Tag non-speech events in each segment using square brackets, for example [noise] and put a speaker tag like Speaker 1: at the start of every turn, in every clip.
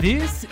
Speaker 1: This is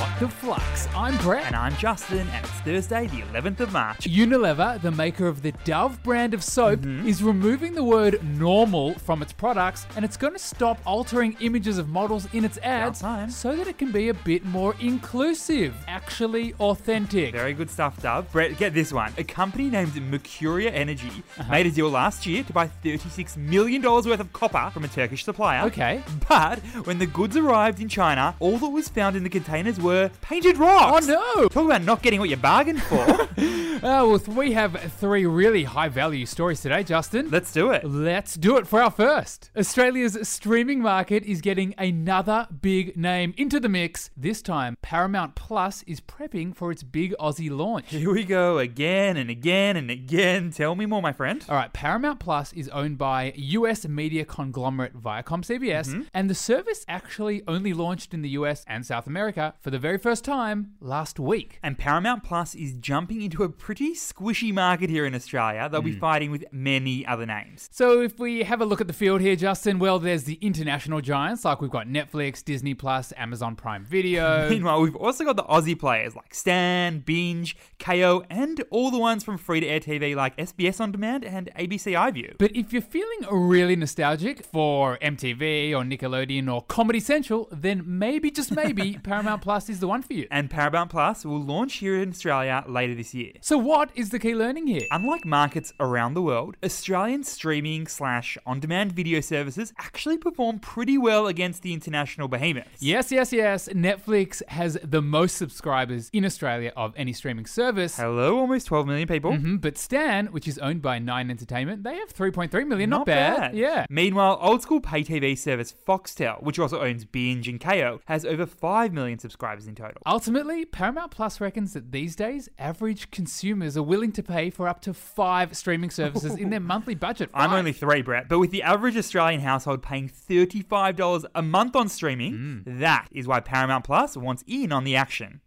Speaker 1: What the Flux. I'm Brett.
Speaker 2: And I'm Justin, and it's Thursday, the 11th of March.
Speaker 1: Unilever, the maker of the Dove brand of soap,
Speaker 2: Mm-hmm.
Speaker 1: is removing the word normal from its products and it's going to stop altering images of models in its ads
Speaker 2: time.
Speaker 1: so that it can be a bit more inclusive, actually authentic.
Speaker 2: Very good stuff, Dove. Brett, get this one. A company named Mercuria Energy
Speaker 1: Uh-huh.
Speaker 2: made a deal last year to buy $36 million worth of copper from a Turkish supplier.
Speaker 1: Okay.
Speaker 2: But when the goods arrived in China, all that was found in the containers were painted rocks.
Speaker 1: Oh
Speaker 2: Talk about not getting what you bargained for. [laughs]
Speaker 1: no! Uh, well, th- we have three really high value stories today, Justin.
Speaker 2: Let's do it.
Speaker 1: Let's do it for our first. Australia's streaming market is getting another big name into the mix. This time, Paramount Plus is prepping for its big Aussie
Speaker 2: [laughs]
Speaker 1: launch.
Speaker 2: Here we go again and again and again. Tell me more, my friend.
Speaker 1: All right, Paramount Plus is owned by US media conglomerate Viacom CBS, and the service actually only launched in the US and South America for the very first time last week.
Speaker 2: And Paramount Plus is jumping into a pretty squishy market here in Australia. They'll
Speaker 1: Hmm.
Speaker 2: be fighting with many other names.
Speaker 1: So if we have a look at the field here, Justin, well, there's the international giants, like we've got Netflix, Disney Plus, Amazon Prime
Speaker 2: [laughs]
Speaker 1: Video.
Speaker 2: Meanwhile, we've also got the Aussie players like Stan, Binge, KO, and all the ones from free to air TV like SBS On Demand and ABC iView.
Speaker 1: But if you're feeling really nostalgic for MTV or Nickelodeon or Comedy Central, then maybe, just
Speaker 2: [laughs]
Speaker 1: maybe, Paramount Plus is the one for you.
Speaker 2: And Paramount Plus will launch here in Australia later this year.
Speaker 1: So, what is the key learning here?
Speaker 2: Unlike markets around the world, Australian streaming slash on demand video services actually perform pretty well against the international behemoths.
Speaker 1: Yes, yes, yes. Netflix has the most subscribers in Australia of any streaming service.
Speaker 2: Hello, almost 12 million people.
Speaker 1: Mhm, But Stan, which is owned by Nine Entertainment, they have 3.3 million. Not, Yeah.
Speaker 2: Meanwhile, old school pay TV service Foxtel, which also owns Binge and KO, has over 5 million subscribers in total.
Speaker 1: Ultimately, Paramount Plus reckons that these days, average consumers are willing to pay for up to five streaming services
Speaker 2: [laughs]
Speaker 1: in their monthly budget.
Speaker 2: I'm
Speaker 1: Five.
Speaker 2: only three, Brett, but with the average Australian household paying $35 a month on streaming,
Speaker 1: Mm.
Speaker 2: that is why Paramount Plus wants in on the action.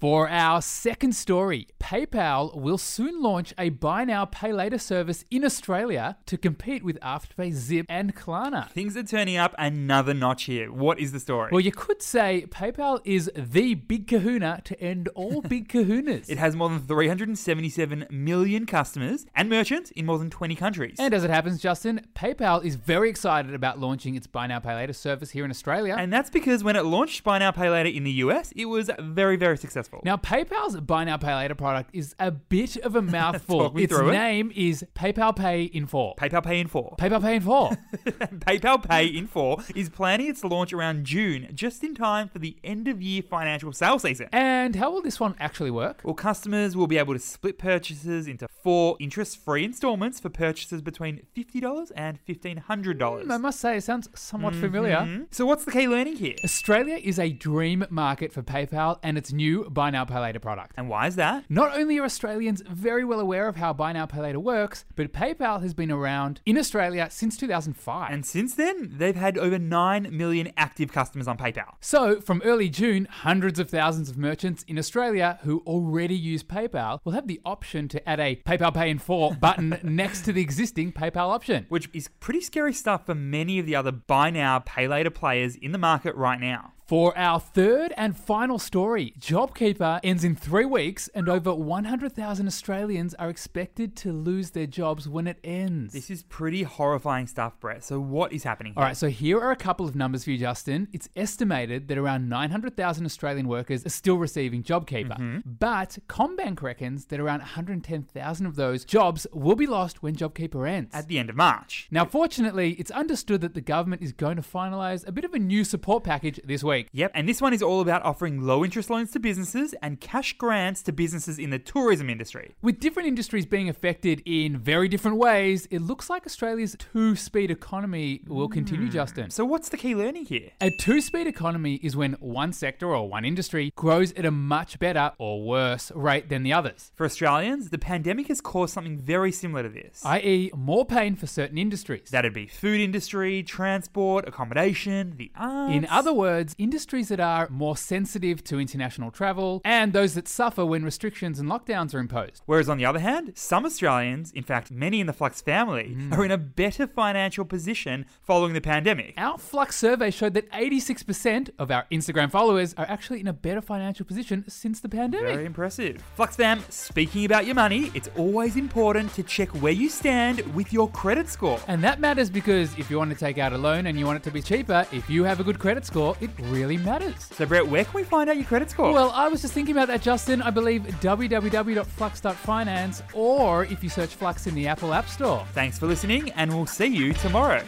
Speaker 1: For our second story, PayPal will soon launch a buy now, pay later service in Australia to compete with Afterpay, Zip, and Klarna.
Speaker 2: Things are turning up another notch here. What is the story?
Speaker 1: Well, you could say PayPal is the big kahuna to end all
Speaker 2: [laughs]
Speaker 1: big kahunas.
Speaker 2: It has more than 377 million customers and merchants in more than 20 countries.
Speaker 1: and as it happens, Justin, PayPal is very excited about launching its buy now, pay later service here in Australia.
Speaker 2: And that's because when it launched Buy Now Pay Later in the US, it was very, very successful.
Speaker 1: now, PayPal's buy now, pay later product is a bit
Speaker 2: [laughs]
Speaker 1: of a mouthful.
Speaker 2: Talk me
Speaker 1: its
Speaker 2: through it.
Speaker 1: name is PayPal Pay in 4.
Speaker 2: PayPal Pay in 4.
Speaker 1: PayPal Pay in 4.
Speaker 2: [laughs] PayPal Pay in 4 is planning its launch around June, just in time for the end of year financial sales season.
Speaker 1: [laughs] and how will this one actually work?
Speaker 2: Well, customers will be able to split purchases into four interest free installments for purchases between $50 and $1,500.
Speaker 1: Hmm, I must say, it sounds somewhat familiar.
Speaker 2: Hmm? So, what's the key learning here?
Speaker 1: Australia is a dream market for PayPal and its new Buy Now Pay Later product.
Speaker 2: And why is that?
Speaker 1: Not only are Australians very well aware of how Buy Now Pay Later works, but PayPal has been around in Australia since 2005.
Speaker 2: And since then, they've had over 9 million active customers on PayPal.
Speaker 1: so, from early June, hundreds of thousands of merchants in Australia who already use PayPal will have the option to add a PayPal Pay in 4 button next to the existing PayPal option.
Speaker 2: Which is pretty scary stuff for many of the other buy now, pay later players in the market right now.
Speaker 1: For our third and final story, JobKeeper ends in three weeks, and over 100,000 Australians are expected to lose their jobs when it ends.
Speaker 2: This is pretty horrifying stuff, Brett. So, what is happening here?
Speaker 1: all right, so here are a couple of numbers for you, Justin. It's estimated that around 900,000 Australian workers are still receiving JobKeeper,
Speaker 2: Mm-hmm.
Speaker 1: but Combank reckons that around 110,000 of those jobs will be lost when JobKeeper ends.
Speaker 2: At the end of March.
Speaker 1: now, fortunately, it's understood that the government is going to finalise a bit of a new support package this week.
Speaker 2: Yep, and this one is all about offering low interest loans to businesses and cash grants to businesses in the tourism industry.
Speaker 1: With different industries being affected in very different ways, it looks like Australia's two speed economy will continue, Justin.
Speaker 2: So, what's the key learning here?
Speaker 1: A two speed economy is when one sector or one industry grows at a much better or worse rate than the others,
Speaker 2: For Australians, the pandemic has caused something very similar to this.
Speaker 1: i.e., more pain for certain industries.
Speaker 2: That'd be food industry, transport, accommodation, the arts.
Speaker 1: In other words, industries that are more sensitive to international travel and those that suffer when restrictions and lockdowns are imposed.
Speaker 2: Whereas on the other hand, some Australians, in fact many in the Flux family,
Speaker 1: Mm.
Speaker 2: are in a better financial position following the pandemic.
Speaker 1: Our Flux survey showed that 86% of our Instagram followers are actually in a better financial position since the pandemic.
Speaker 2: Very impressive. Flux fam, speaking about your money, it's always important to check where you stand with your credit score.
Speaker 1: And that matters because if you want to take out a loan and you want it to be cheaper, if you have a good credit score, it really matters.
Speaker 2: So Brett, where can we find out your credit score?
Speaker 1: Well, I was just thinking about that, Justin. I believe www.flux.finance or if you search Flux in the Apple App Store.
Speaker 2: Thanks for listening, and we'll see you tomorrow.